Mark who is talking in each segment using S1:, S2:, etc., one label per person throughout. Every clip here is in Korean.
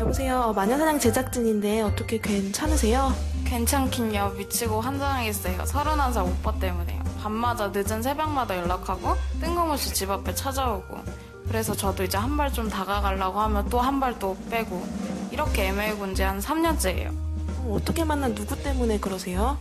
S1: 여보세요. 어, 마녀사냥 제작진인데 어떻게 괜찮으세요?
S2: 괜찮긴요. 미치고 환장했어요. 서른한 살 오빠 때문에요. 밤마다 늦은 새벽마다 연락하고 뜬금없이 집 앞에 찾아오고 그래서 저도 이제 한 발 좀 다가가려고 하면 또 한 발 또 빼고 이렇게 애매군지 한 3년째예요.
S1: 어, 어떻게 만난 누구 때문에 그러세요?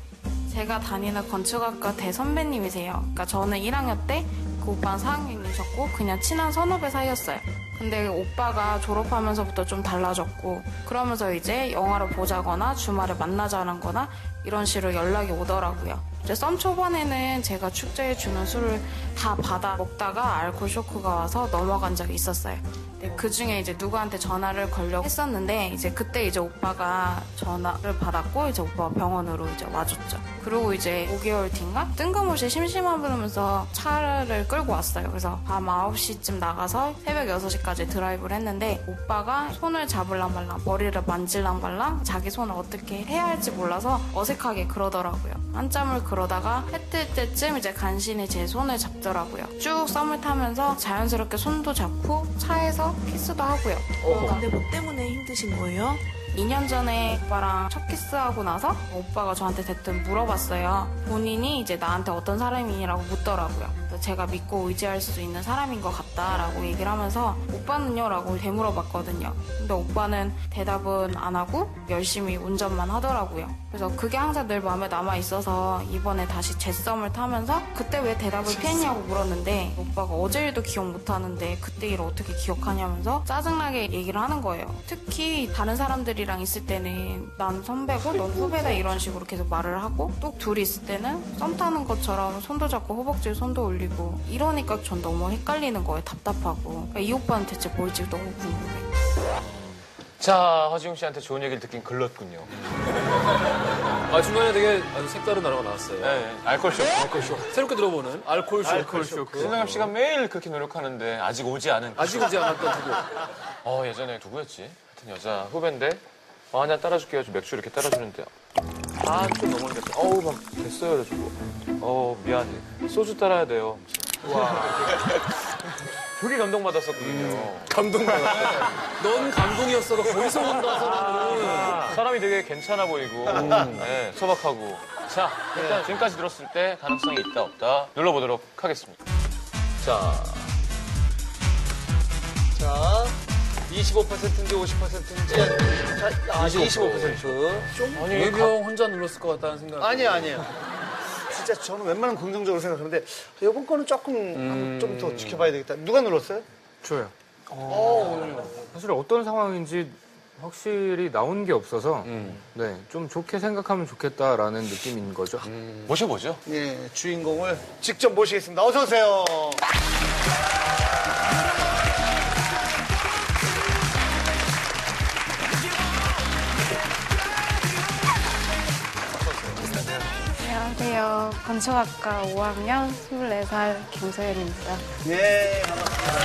S2: 제가 다니는 건축학과 대선배님이세요. 그러니까 저는 1학년 때 그 오빠는 4학년이셨고 그냥 친한 선후배 사이였어요. 근데 오빠가 졸업하면서부터 좀 달라졌고 그러면서 이제 영화를 보자거나 주말에 만나자는 거나 이런 식으로 연락이 오더라고요. 이제 썸 초반에는 제가 축제에 주는 술을 다 받아 먹다가 알코올 쇼크가 와서 넘어간 적이 있었어요. 근데 그 중에 이제 누구한테 전화를 걸려고 했었는데 이제 그때 이제 오빠가 전화를 받았고 이제 오빠가 병원으로 이제 와줬죠. 그리고 이제 5개월 뒤인가 뜬금없이 심심하면서 차를 끌고 왔어요. 그래서 밤 9시쯤 나가서 새벽 6시까지 드라이브를 했는데 오빠가 손을 잡을랑 말랑 머리를 만질랑 말랑 자기 손을 어떻게 해야 할지 몰라서 어색하게 그러더라고요. 한참을 그러다가 해 뜰 때쯤 이제 간신히 제 손을 잡더라고요. 쭉 썸을 타면서 자연스럽게 손도 잡고 차에서 키스도 하고요.
S1: 어, 근데 뭐 때문에 힘드신 거예요?
S2: 2년 전에 오빠랑 첫 키스하고 나서 오빠가 저한테 대뜸 물어봤어요. 본인이 이제 나한테 어떤 사람이라고 묻더라고요. 그래서 제가 믿고 의지할 수 있는 사람인 것 같다라고 얘기를 하면서 오빠는요? 라고 되물어봤거든요. 근데 오빠는 대답은 안 하고 열심히 운전만 하더라고요. 그래서 그게 항상 늘 마음에 남아 있어서 이번에 다시 제썸을 타면서 아, 그때 왜 대답을 피했냐고 물었는데 오빠가 어제 일도 기억 못하는데 그때 일을 어떻게 기억하냐면서 짜증나게 얘기를 하는 거예요. 특히 다른 사람들이랑 있을 때는 난 선배고 넌 후배다 이런 식으로 계속 말을 하고 또 둘이 있을 때는 썸 타는 것처럼 손도 잡고 허벅지에 손도 올리고 이러니까 전 너무 헷갈리는 거예요. 답답하고 그러니까 이 오빠는 대체 뭘지 너무 궁금해.
S3: 자, 허지웅 씨한테 좋은 얘기를 듣긴 글렀군요.
S4: 아 중간에 되게 아주 색다른 단어가 나왔어요.
S3: 네, 알콜 쇼. 알콜 쇼.
S4: 새롭게 들어보는 알콜 쇼크. 어.
S3: 알콜 쇼. 신동엽 씨가 매일 그렇게 노력하는데 아직 오지 않은.
S4: 아직 오지 않았던 두 곡.
S3: 어, 예전에 누구였지? 하여튼 여자 후배인데 어, 하나 따라줄게요. 저 맥주 이렇게 따라주는데 아좀 너무 늦었다. 어우 막 됐어요, 저거. 어 미안해. 소주 따라야 돼요. 와. 되게 감동받았었거든요.
S4: 감동받았다. 네. 넌 감동이었어가 거기서 온다서는.
S3: 아, 사람이 되게 괜찮아 보이고 네, 소박하고 자 일단 지금까지 들었을 때 가능성이 있다 없다 눌러보도록 하겠습니다
S4: 자.
S5: 자, 25%인지 50%인지. 아, 25%.
S4: 아니, 유병 혼자 눌렀을 것 같다는 생각.
S5: 아니야, 아니야. 진짜 저는 웬만하면 긍정적으로 생각하는데 이번 거는 조금 좀 더 지켜봐야 되겠다. 누가 눌렀어요?
S6: 줘요. 어, 사실 어떤 상황인지 확실히 나온 게 없어서 네, 좀 좋게 생각하면 좋겠다라는 느낌인 거죠.
S3: 모셔보죠
S5: 예, 주인공을 직접 모시겠습니다. 어서 오세요.
S7: 안녕하세요. 건축학과 5학년 24살 김소연입니다.
S5: 예, 반갑습니다.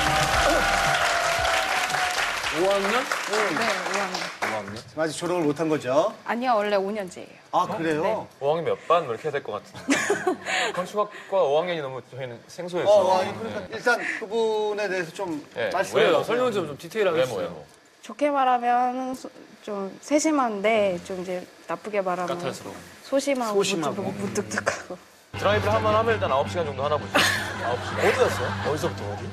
S4: 5학년?
S7: 네, 5학년.
S5: 지금 아직 졸업을 못한 거죠?
S7: 아니요, 원래 5년제예요.
S5: 아, 그래요?
S3: 5학년 몇반 뭐 이렇게 해야 될 것 같은데 건축학과 5학년이 너무 저희는 생소해서
S5: 어, 와, 그러니까 일단 그분에 대해서 좀
S3: 예,
S5: 말씀해
S3: 왜요?
S5: 주세요.
S4: 네, 설명 좀, 좀 디테일하게
S3: 외모
S4: 해주세요.
S3: 외모
S7: 좋게 말하면 소- 좀 세심한데 좀 이제 나쁘게 말하면
S4: 까탈스러워.
S7: 소심하고,
S5: 소심하고.
S7: 좀 무뚝뚝하고.
S3: 드라이브를 한 번 하면 일단 9시간 정도 하나 보죠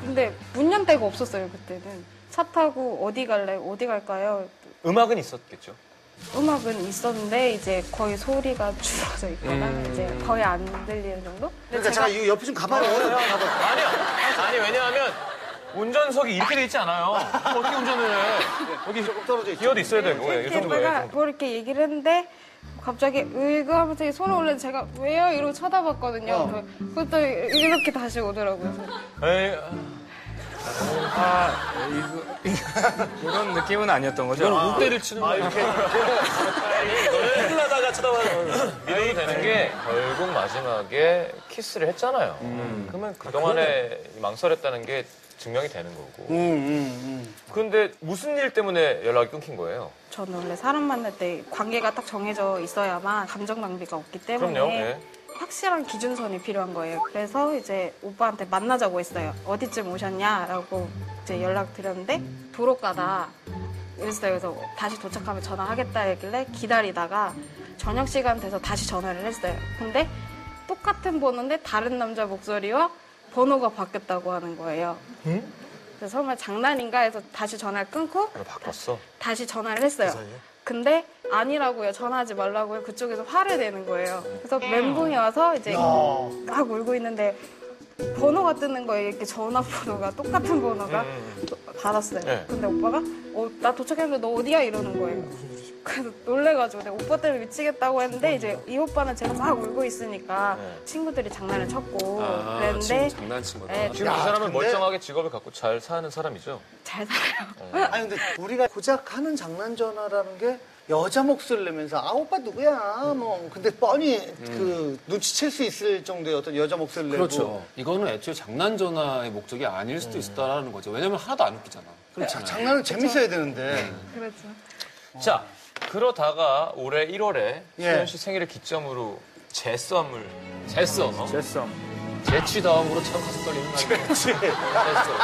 S7: 근데 문연 대가 없었어요, 그때는. 차 타고 어디 갈래? 어디 갈까요?
S3: 음악은 있었겠죠
S7: 음악은 있었는데 이제 거의 소리가 줄어져 있거나
S3: 음.
S7: 이제 거의 안 들리는 정도? 근데
S5: 그러니까 제가 이 옆에 좀 가봐요.
S3: 아니요 아니 왜냐하면 운전석이 이렇게 돼 있지 않아요 어떻게 운전을 해 여기
S5: 조금 떨어져 있죠.
S3: 기어도 있어야 되고 예, 이
S7: 오빠가
S3: 정도예요
S7: 뭐 이렇게 얘기를 했는데 갑자기 으이그 하면서 이렇게 손을 올려 제가 왜요 이러고 쳐다봤거든요.
S5: 어.
S7: 그것도 이렇게 다시 오더라고요.
S3: 에이,
S6: 이런 느낌은 아니었던 거죠.
S4: 이건 울대를 치는 거예요.
S3: 흘러다가 쳐다봐서 믿어도 되는 게 결국 마지막에 키스를 음. 했잖아요. 그러면 그동안에 망설였다는 게 증명이 되는 거고.
S5: 음, 음,
S3: 근데 무슨 일 때문에 연락이 끊긴 거예요?
S7: 저는 원래 사람 만날 때 관계가 딱 정해져 있어야만 감정 낭비가 없기 때문에
S3: 그럼요. 예.
S7: 확실한 기준선이 필요한 거예요. 그래서 이제 오빠한테 만나자고 했어요. 어디쯤 오셨냐라고 이제 연락 드렸는데 도로가다 그랬어요. 그래서 뭐 아, 다시 도착하면 전화하겠다 했길래 기다리다가 저녁 시간 돼서 다시 전화를 했어요. 근데 똑같은 번호인데 다른 남자 목소리와 번호가 바뀌었다고 하는 거예요. 그래서 정말 장난인가 해서 다시 전화를 끊고
S3: 아, 바꿨어?
S7: 다시 전화를 했어요. 근데 아니라고요. 전화하지 말라고요. 그쪽에서 화를 내는 거예요. 그래서 멘붕이 와서 이제 막 울고 있는데 번호가 뜨는 거예요. 이렇게 전화번호가 똑같은 번호가 받았어요.
S3: 네.
S7: 근데 오빠가 어, 나 도착했는데 너 어디야 이러는 거예요. 그래서 놀래가지고 내가 오빠 때문에 미치겠다고 했는데 이제 이 오빠는 제가 막 울고 있으니까
S3: 네.
S7: 친구들이 장난을 쳤고
S4: 아, 네.
S7: 그랬는데
S4: 친구 장난친 거다.
S7: 예,
S3: 지금
S5: 야,
S3: 이 사람은
S5: 근데-
S3: 멀쩡하게 직업을 갖고 잘 사는 사람이죠?
S7: 잘 살아요.
S5: 아니 근데 우리가 고작 하는 장난 전화라는 게 여자 목소리를 내면서 아 오빠 누구야 뭐 근데 뻔히 그 눈치챌 수 있을 정도의 어떤 여자 목소리를 내고
S4: 그렇죠. 이거는 애초에 장난 전화의 목적이 아닐 수도 있다라는 거죠. 왜냐면 하나도 안 웃기잖아.
S5: 자-
S4: 그렇잖아요.
S5: 장난은 재밌어야 되는데
S7: 그렇죠.
S3: 자, 그러다가 올해 1월에
S5: 예.
S3: 수현 씨 생일을 기점으로 재썸을
S4: 재썸. 어?
S6: 됐어.
S4: 재취 다음으로 참 가슴 떨리는 날. 재취.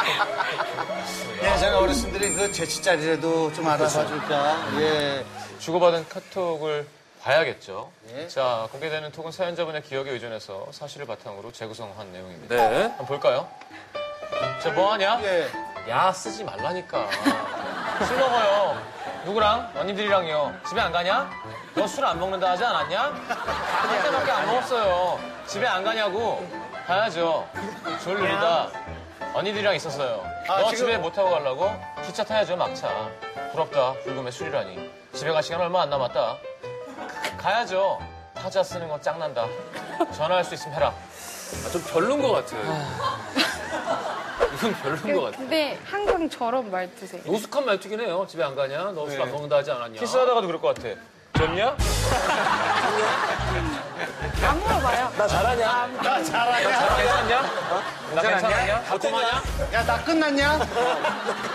S4: 네.
S5: 예 제가 어르신들이 그 재치짜리라도 좀 알아봐
S4: 그렇죠.
S5: 줄까 예
S3: 주고받은 카톡을 봐야겠죠.
S5: 예.
S3: 자, 공개되는 톡은 사연자분의 기억에 의존해서 사실을 바탕으로 재구성한 내용입니다.
S4: 네.
S3: 한번 볼까요? 자, 뭐하냐?
S5: 예.
S3: 야, 쓰지 말라니까. 술 먹어요. 누구랑? 언니들이랑요. 집에 안 가냐? 너 술 안 먹는다 하지 않았냐? 한 잔밖에 안 먹었어요. 집에 안 가냐고? 가야죠. 졸리다. 언니들이랑 있었어요.
S5: 아,
S3: 너
S5: 지금-
S3: 집에 못 타고 가려고? 기차 타야죠, 막차. 부럽다. 불금의 술이라니. 집에 갈 시간 얼마 안 남았다. 가야죠. 타자 쓰는 거 짱난다. 전화할 수 있으면 해라.
S4: 아, 좀 별론 것 같아요. 이건 별론 것 같아.
S7: 근데 항상 저런 말투세요.
S4: 노숙한 말투긴 해요. 집에 안 가냐? 너 술 안 먹는다 하지 않았냐?
S3: 키스하다가도 그럴 것 같아. 좋냐?
S7: 안 물어봐요.
S5: 나 잘하냐
S3: 괜찮냐? 나 괜찮냐? 달콤하냐?
S5: 야 나 끝났냐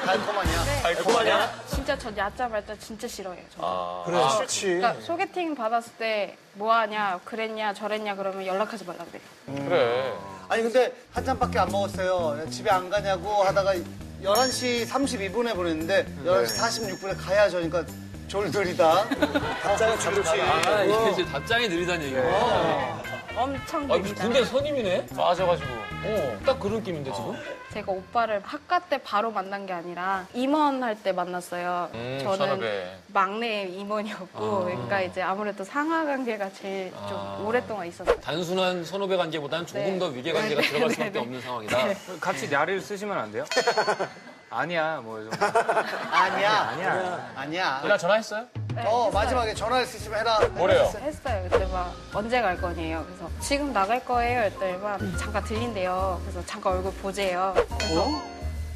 S5: 달콤하냐
S3: 달콤하냐?
S7: 진짜 저 야자 말자 진짜 싫어해요. 저.
S3: 아,
S7: 그러니까 소개팅 받았을 때 뭐하냐, 그랬냐, 저랬냐 그러면 연락하지 말라 그래요.
S3: 그래.
S5: 아니 근데 한 잔밖에 안 먹었어요. 집에 안 가냐고 하다가 11시 32분에 보냈는데 11시 46분에 가야 저니까 졸들이다. 갑자기 졸지. 어.
S4: 아, 이게 이제 답장이 느리다는 얘기고.
S7: 엄청
S4: 아, 무슨
S7: 됩니다.
S4: 군대 선임이네?
S3: 빠져가지고.
S4: 어, 딱 그런 느낌인데, 지금?
S7: 제가 오빠를 학과 때 바로 만난 게 아니라 임원할 때 만났어요.
S3: 음,
S7: 저는
S3: 산업에. 아.
S7: 막내 임원이었고, 그러니까 이제 아무래도 상하 관계가 제일
S4: 아.
S7: 좀 오랫동안 있었어요.
S4: 단순한 선후배 관계보다는 조금
S7: 네.
S4: 더 위계 관계가 들어갈 수밖에 없는 상황이다.
S6: 같이 야를 쓰시면 안 돼요? 아니야, 뭐 좀.
S5: 아니야.
S6: 아니야.
S5: 아니야.
S3: 누나 전화했어요?
S7: 네,
S5: 어,
S7: 했어요.
S5: 마지막에 전화할 수 있으면 해라.
S3: 뭐래요?
S7: 했어요. 그때 막 언제 갈 거니에요. 그래서 지금 나갈 거예요. 이랬더니 막 잠깐 들린대요. 그래서 잠깐 얼굴 보재요. 그래서
S3: 어?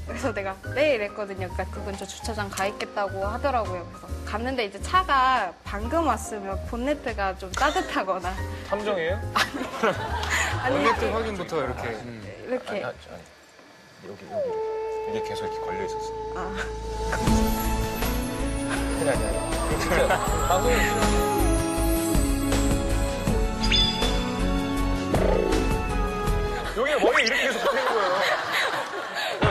S7: 그래서 내가 네 이랬거든요. 그러니까 그 근처 주차장 가 있겠다고 하더라고요. 그래서 갔는데 이제 차가 방금 왔으면 본네트가 좀 따뜻하거나
S3: 탐정이에요?
S7: 아니
S6: 본네트
S7: 이렇게
S6: 확인부터 이렇게.
S7: 이렇게
S3: 아니, 아니. 여기, 여기. 이게 계속 이렇게 걸려있었어.
S7: 아.
S3: 큰일 아니야. 진짜. 방송에 여기가 머리가 이렇게 계속 되는 거예요. 어,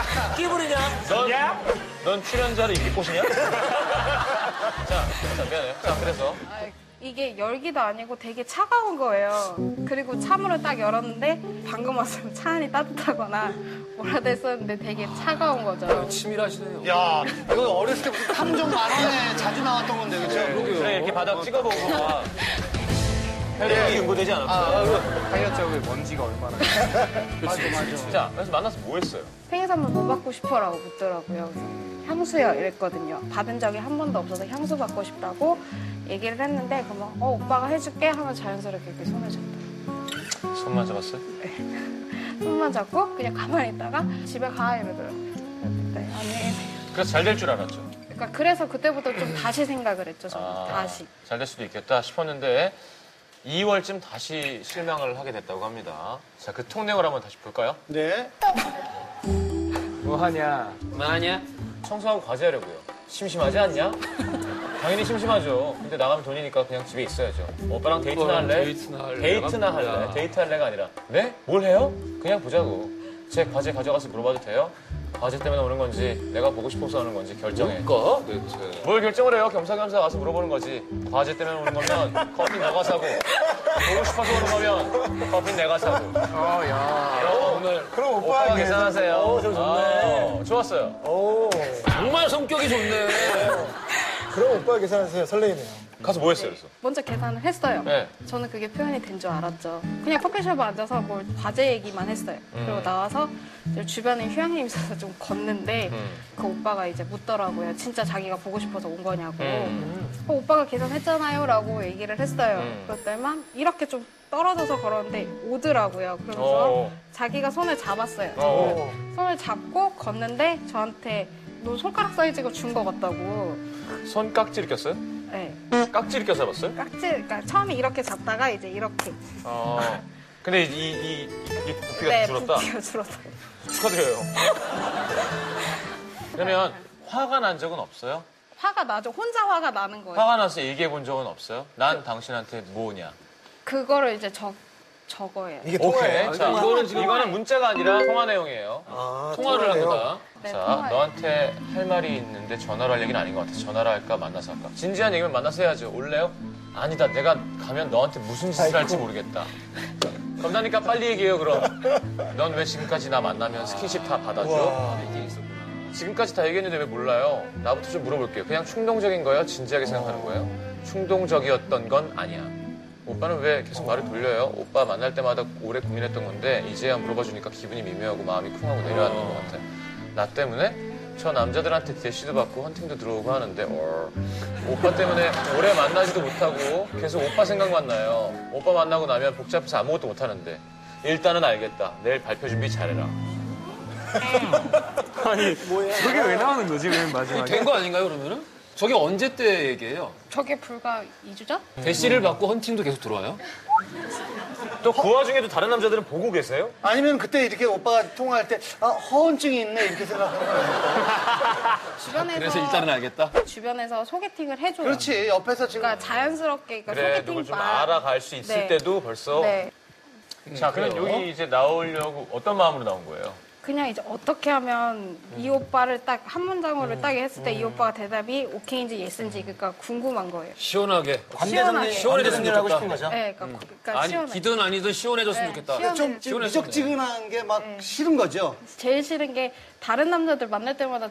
S3: 호시냐? 너 호시냐? 아니야. 끼부리냐? 어, 넌, 넌 출연자를 이렇게 꼬시냐? 자, 자, 미안해요. 자, 그래서.
S7: 아, 이게 열기도 아니고 되게 차가운 거예요. 그리고 차문을 딱 열었는데 방금 왔으면 차 안이 따뜻하거나 뭐라 됐었는데 되게 차가운 거죠.
S4: 치밀하시네요.
S5: 야, 아. 이거 어렸을 때부터 탐정 만화에 자주 나왔던 건데, 그쵸?
S3: 그래, 이렇게 바닥 찍어보고 막. 혈액이 응고되지 않았어.
S6: 타이어 쪽에 먼지가 얼마나.
S3: 자, 그래서 만나서 뭐 했어요?
S7: 생일 선물 뭐 받고 싶어라고 묻더라고요. 그래서 향수요 이랬거든요. 받은 적이 한 번도 없어서 향수 받고 싶다고 얘기를 했는데 그러면 어 오빠가 해줄게 하면 자연스럽게 이렇게 손을 잡고
S3: 손만 잡았어요?
S7: 손만 잡고 그냥 가만히 있다가 집에 가 이러더라고요. 그때 아니
S3: 그래서 잘 될 줄 알았죠.
S7: 그러니까 그래서 그때부터 좀 다시 생각을 했죠. 저는 다시
S3: 잘 될 수도 있겠다 싶었는데 2월쯤 다시 실망을 하게 됐다고 합니다. 자, 그 통내용을 한번 다시 볼까요?
S5: 네.
S6: 뭐 하냐.
S4: 만약
S3: 청소하고 과제하려고요. 심심하지 않냐? 당연히 심심하죠. 근데 나가면 돈이니까 그냥 집에 있어야죠. 오빠랑 데이트나
S4: 오빠랑
S3: 할래?
S4: 데이트나 할래?
S3: 데이트나 할래? 데이트 할래가 아니라 네? 뭘 해요? 그냥 보자고. 제 과제 가져가서 물어봐도 돼요? 과제 때문에 오는 건지 내가 보고 싶어서 하는 건지 결정해.
S4: 뭘까 대체?
S3: 뭘 결정을 해요? 겸사겸사 와서 물어보는 거지. 과제 때문에 오는 거면 커피 내가 사고 보고 싶어서 오는 거면 커피 내가 사고. 어, 오늘
S5: 그럼
S3: 오빠가 계산하세요.
S8: 어, 저 좋네.
S3: 아, 좋았어요.
S8: 오.
S4: 정말 성격이 좋네.
S8: 그럼 오빠가 계산하세요. 설레이네요.
S3: 가서 뭐 했어요? 그래서?
S7: 먼저 계산을 했어요.
S3: 네.
S7: 저는 그게 표현이 된 줄 알았죠. 그냥 커피숍에 앉아서 뭘 과제 얘기만 했어요. 그리고 나와서 이제 주변에 휴양림 있어서 좀 걷는데
S3: 음.
S7: 그 오빠가 이제 묻더라고요. 진짜 자기가 보고 싶어서 온 거냐고. 어, 오빠가 계산했잖아요. 라고 얘기를 했어요.
S3: 음.
S7: 그랬더니만 이렇게 좀 떨어져서 걸었는데 오더라고요. 그러면서
S3: 어.
S7: 자기가 손을 잡았어요.
S3: 어.
S7: 손을 잡고 걷는데 저한테 너 손가락 사이즈가 준 것 같다고.
S3: 손 깍지를 꼈어요?
S7: 네.
S3: 깍지를 껴서 해봤어요?
S7: 깍지, 그러니까 처음에 이렇게 잡다가 이제 이렇게.
S3: 어. 근데 이, 이, 이, 이 부피가 그러니까
S7: 네,
S3: 줄었다?
S7: 부피가 줄었다.
S3: 축하드려요. 그러면 화가 난 적은 없어요?
S7: 화가 나죠. 혼자 화가 나는 거예요.
S3: 화가 나서 얘기해 본 적은 없어요? 난 당신한테 뭐냐?
S7: 그거를 이제 적,
S5: 네.
S7: 적어요.
S8: 이게 통화예요?
S3: 네. 아, 오케이. 자, 이거는 지금 이거는 문자가 아니라 통화 내용이에요.
S8: 아,
S3: 통화를 한
S8: 통화네요.
S3: 거다.
S7: 네,
S3: 자,
S7: 통화예요.
S3: 너한테 할 말이 있는데 전화로 할 얘기는 아닌 것 같아. 전화를 할까, 만나서 할까. 진지한 얘기면 만나서 해야죠. 올래요? 아니다. 내가 가면 너한테 무슨 짓을 할지 모르겠다. 겁나니까 빨리 얘기해요, 그럼. 넌 왜 지금까지 나 만나면 스킨십 다 받아줘? 지금까지 다 얘기했는데 왜 몰라요? 나부터 좀 물어볼게요. 그냥 충동적인 거예요? 진지하게 생각하는 거예요? 충동적이었던 건 아니야. 오빠는 왜 계속 말을 돌려요? 오빠 만날 때마다 오래 고민했던 건데 이제야 물어봐주니까 기분이 미묘하고 마음이 쿵하고 내려앉는 것 같아. 나 때문에 저 남자들한테 대시도 받고 헌팅도 들어오고 하는데 어, 오빠 때문에 오래 만나지도 못하고 계속 오빠 생각만 나요. 오빠 만나고 나면 복잡해서 아무것도 못하는데 일단은 알겠다. 내일 발표 준비 잘해라.
S6: 그게 왜 나오는 거지, 맨 마지막에?
S4: 된 거 아닌가요 그러면은? 저게 언제 때 얘기예요?
S7: 저게 불과 2주 전?
S4: 대시를 받고 헌팅도 계속 들어와요?
S3: 또 그 와중에도 다른 남자들은 보고 계세요?
S5: 아니면 그때 이렇게 오빠가 통화할 때, 아, 허언증이 있네, 이렇게 생각하는 거예요.
S7: 주변에서
S4: 그래서 일단은 알겠다.
S7: 주변에서 소개팅을 해줘요.
S5: 그렇지, 옆에서 지금.
S7: 그러니까 자연스럽게 그러니까
S3: 음. 그래
S7: 소개팅
S3: 누굴 좀
S7: 반.
S3: 알아갈 수 있을
S7: 네.
S3: 때도 벌써
S7: 네.
S3: 자 그럼 여기 이제 나오려고 어떤 마음으로 나온 거예요?
S7: 그냥 이제 어떻게 하면 이
S3: 음.
S7: 오빠를 딱 한 문장으로 딱 했을 때 이 오빠가 대답이 오케이인지
S3: 음.
S7: 예스인지 그러니까 궁금한 거예요.
S4: 시원하게.
S7: 시원하게.
S4: 시원해졌으면
S8: 하고
S4: 좋겠다.
S8: 싶은
S3: 아,
S8: 거죠.
S3: 음.
S7: 네, 그러니까, 그러니까
S4: 아니
S7: 시원해.
S4: 기든 아니든 시원해졌으면
S7: 네,
S4: 좋겠다.
S7: 시원해.
S5: 좀 지금
S4: 시원해졌네.
S5: 미적지근한 게 막 싫은 거죠.
S7: 제일 싫은 게 다른 남자들 만날 때마다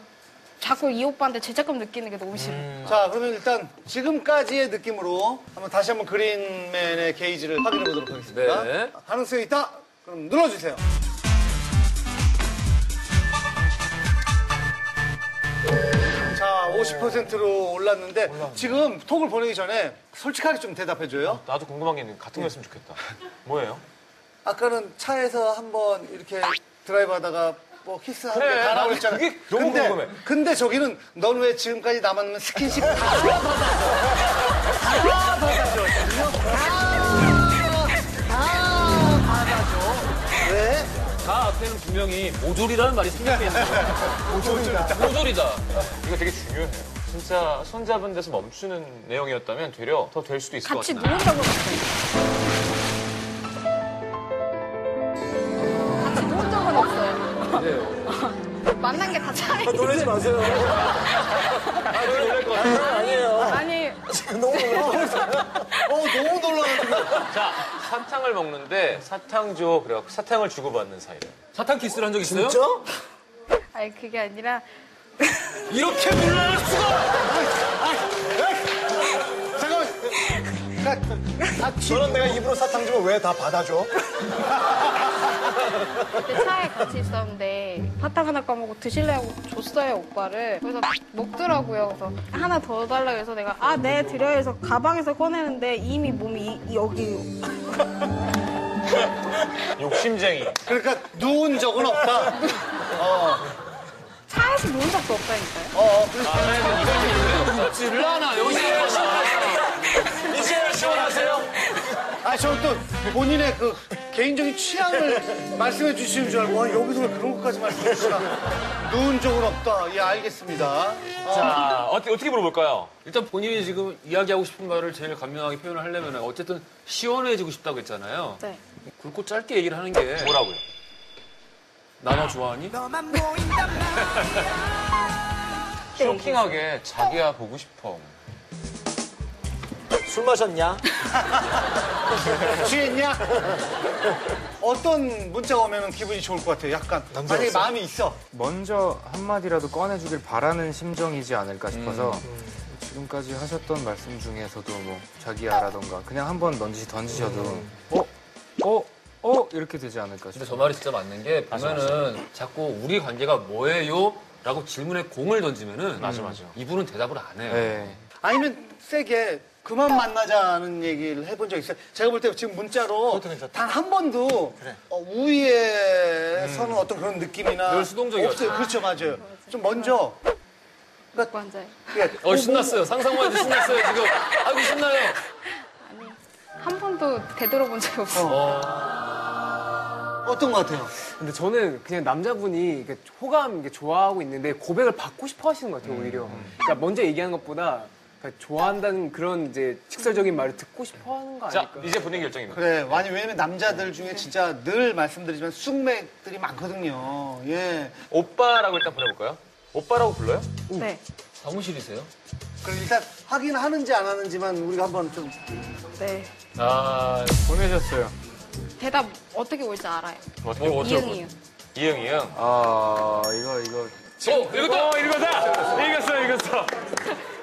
S7: 자꾸 이 오빠한테 죄책감 느끼는 게 너무 싫어.
S3: 음,
S7: 요
S4: 음.
S5: 자, 그러면 일단 지금까지의 느낌으로 한번 다시 한번 그린맨의 게이지를 확인해 보도록 하겠습니다.
S4: 네.
S5: 가능성이 있다? 그럼 눌러주세요. 자, 50%로 올랐는데 지금 톡을 보내기 전에 솔직하게 좀 대답해줘요.
S3: 나도 궁금한 게 있는데 같은 거였으면 좋겠다. 뭐예요?
S5: 아까는 차에서 한번 이렇게 드라이브 하다가 뭐 키스하는
S3: 그래,
S5: 게 다라고
S3: 네, 나도
S5: 했잖아.
S3: 그게 너무
S5: 근데,
S3: 궁금해.
S5: 근데 저기는 넌 왜 지금까지 나만 나면 스킨십 다 받아줘. 다 받아줘. 다 받아줘. 왜?
S4: 다 앞에는 분명히 모조리라는 말이 생각이 있는 모조리다. 모조리다.
S3: 이거 되게 중요해요. 진짜 손잡은 데서 멈추는 내용이었다면 되려 더 될 수도 있을 것
S7: 같이
S3: 같아요.
S7: 누운다고 했어요. 같이 누운 적은 없어요. 만난 게 다 차이.
S8: 놀라지 마세요.
S3: 아, 놀랄 것 같아요.
S8: 아니에요.
S7: 아니,
S8: 너무 놀라요.
S5: 어, 너무 놀라가지고.
S3: 자, 사탕을 먹는데 사탕 줘. 그래갖고 사탕을 주고받는 사이다.
S4: 사탕 키스를 한 적 있어요?
S8: 진짜?
S7: 아니 그게 아니라
S4: 이렇게 놀랄 수가!
S8: 저런 내가 입으로 사탕 주면 왜 다 받아줘?
S7: 그때 차에 같이 있었는데 파탕 하나 까먹고 드실래요? 줬어요 오빠를. 그래서 먹더라고요. 그래서 하나 더 달라 그래서 내가 아 네 드려요 해서 가방에서 꺼내는데 이미 몸이 이- 여기
S3: 욕심쟁이.
S5: 그러니까 누운 적은 없다.
S7: 차에서 놓은 적도 없다니까요.
S5: 어, 어, 그래서
S4: 지를 하나, 여기
S3: 이제 시원하세요?
S5: 아, 저는 또 본인의 그 개인적인 취향을 말씀해 주시는 줄 알고, 와, 여기서 왜 그런 것까지 말씀해 주시나. 누운 적은 없다. 예, 알겠습니다.
S3: 자, 아, 어떻게, 어떻게 물어볼까요?
S4: 일단 본인이 지금 이야기하고 싶은 말을 제일 간명하게 표현을 하려면 어쨌든 시원해지고 싶다고 했잖아요.
S7: 네.
S4: 굵고 짧게 얘기를 하는 게
S3: 뭐라고요?
S4: 나나 좋아하니?
S3: 쇼킹하게 자기야 보고 싶어.
S8: 술 마셨냐?
S5: 취했냐? 어떤 문자가 오면 기분이 좋을 것 같아요, 약간.
S8: 남자
S5: 만약에
S8: 없어?
S5: 마음이 있어.
S6: 먼저 한마디라도 꺼내주길 바라는 심정이지 않을까 싶어서
S4: 음.
S6: 지금까지 하셨던 말씀 중에서도 뭐 자기야라던가 그냥 한번 넌지시 던지셔도 어? 어? 어? 이렇게 되지 않을까
S4: 음. 근데
S6: 싶어요.
S4: 저 말이 진짜 맞는 게 보면은 자꾸 우리 관계가 뭐예요? 라고 질문에 공을 던지면은 맞아 맞아 이분은 대답을 안 해요.
S6: 네.
S5: 아니면 세게 그만 만나자는 얘기를 해본 적 있어요. 제가 볼 때 지금 문자로 단 한 번도 어, 우위에서는 어떤 그런 느낌이나
S4: 음. 늘 수동적이었죠.
S5: 없어요. 그렇죠, 맞아요. 좀 먼저. 예,
S7: 먼저
S5: 그게
S4: 어 신났어요. 상상만 해도 신났어요 지금. 아이고 신나요.
S7: 한 번도 되돌아본 적이 없어요.
S5: 어떤 것 같아요?
S9: 근데 저는 그냥 남자분이 이렇게 호감, 이렇게 좋아하고 있는데 고백을 받고 싶어 하시는 것 같아요, 오히려. 그러니까 먼저 얘기하는 것보다 그러니까 좋아한다는 그런 이제 직설적인 말을 듣고 싶어 하는 거
S3: 자,
S9: 아닐까?
S3: 이제 분위기 결정입니다.
S5: 그래, 아니 왜냐면 남자들 중에 진짜 늘 말씀드리지만 숙맥들이 많거든요. 예.
S3: 오빠라고 일단 보내볼까요? 오빠라고 불러요?
S7: 네.
S4: 사무실이세요?
S5: 그럼 일단 확인하는지 안 하는지만 우리가 한번 좀
S7: 네.
S3: 아,
S6: 보내셨어요.
S7: 대답 어떻게 올지 알아요.
S3: 어떻게 어,
S7: 이응이요.
S3: 이응, 이응.
S6: 아 이거 이거
S4: 어 이것도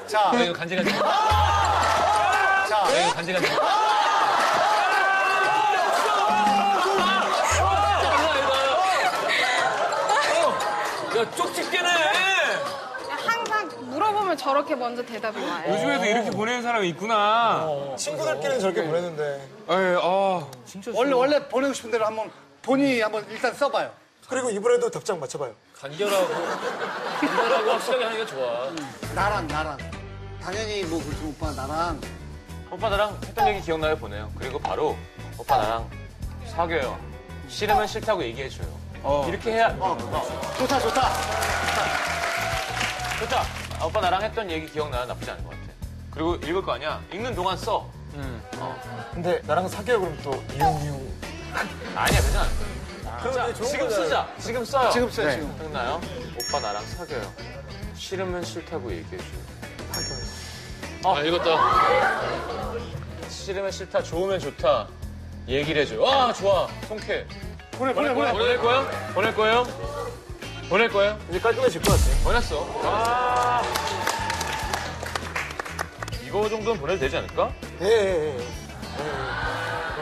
S5: 자,
S4: 이거 간지간지.
S5: 자.
S4: 이거 간지간지. 야, 쪽집게네!
S7: 항상 물어보면 저렇게 먼저 대답이 와요.
S3: 어?
S6: 요즘에도 그 이렇게 보내는 사람이 있구나.
S8: 친구들끼리는 저렇게
S4: 네.
S8: 보내는데.
S6: 예, 아 진짜
S5: 원래 원래 보내고 싶은 대로 한번 본인이 한번 일단 써봐요.
S8: 그리고 이번에도 답장 맞춰봐요.
S4: 간결하고 간결하고 확실하게 하는 게 좋아.
S5: 나랑 나랑 당연히 뭐 그렇죠 오빠 나랑
S3: 오빠 나랑 했던 얘기 기억나요? 보내요. 그리고 바로 오빠 나랑 사귀어요. 싫으면 싫다고 얘기해줘요.
S6: 어.
S3: 이렇게 해야
S8: 어,
S5: 좋다 좋다
S3: 좋다. 아, 오빠 나랑 했던 얘기 기억나요? 나쁘지 않은 것 같아. 그리고 읽을 거 아니야? 읽는 동안 써.
S6: 음.
S3: 어.
S8: 근데 나랑 사귀어 그럼 또 이용 이용.
S3: 아니야, 괜찮아. 자,
S8: 되게 좋은
S3: 지금
S8: 거잖아요.
S3: 쓰자. 지금 써요.
S5: 지금 써요 지금
S3: 생각나요? 오빠 나랑 사귀어요. 싫으면 싫다고 얘기해줘요.
S4: 아, 읽었다.
S3: 싫으면 싫다, 좋으면 좋다. 얘기를 해줘요. 와, 좋아. 통쾌.
S5: 보내 보내 보내
S3: 보낼 거예요? 보낼 거예요? 보낼 거예요?
S8: 이제 깔끔해질 것 같아.
S3: 보냈어. 아. 이거 정도는 보내도 되지 않을까?
S8: 예, 예, 예.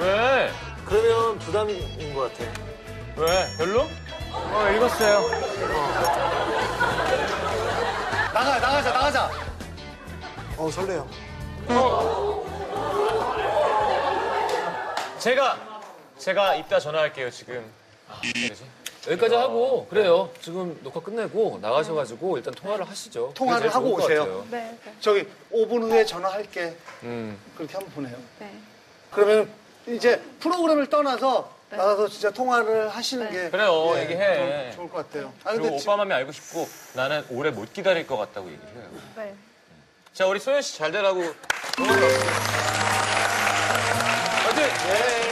S3: 왜?
S8: 그러면 부담인 것 같아.
S3: 왜? 별로?
S6: 어, 읽었어요.
S5: 나가 나가자 나가자
S8: 어 설레요.
S3: 제가 제가 이따 전화할게요 지금. 아,
S4: 여기까지 하고 그래요. 지금 녹화 끝내고 나가셔가지고 일단 통화를 하시죠. 그게
S5: 통화를
S4: 제일
S5: 하고
S4: 좋을 것
S5: 오세요.
S4: 같아요.
S7: 네, 네.
S5: 저기 5분 후에 전화할게
S3: 음.
S5: 그렇게 한번 보내요
S7: 네.
S5: 그러면 이제 프로그램을 떠나서 나가서 진짜 통화를 하시는
S7: 네.
S5: 게
S3: 그래요,
S5: 예,
S3: 얘기해.
S5: 좋- 좋을 것 같아요 아
S3: 그리고
S5: 근데
S3: 오빠
S5: 지금
S3: 맘이 알고 싶고 나는 오래 못 기다릴 것 같다고 얘기를 해요. 음.
S7: 네.
S3: 자 우리 소연 씨 잘 되라고. 화이팅!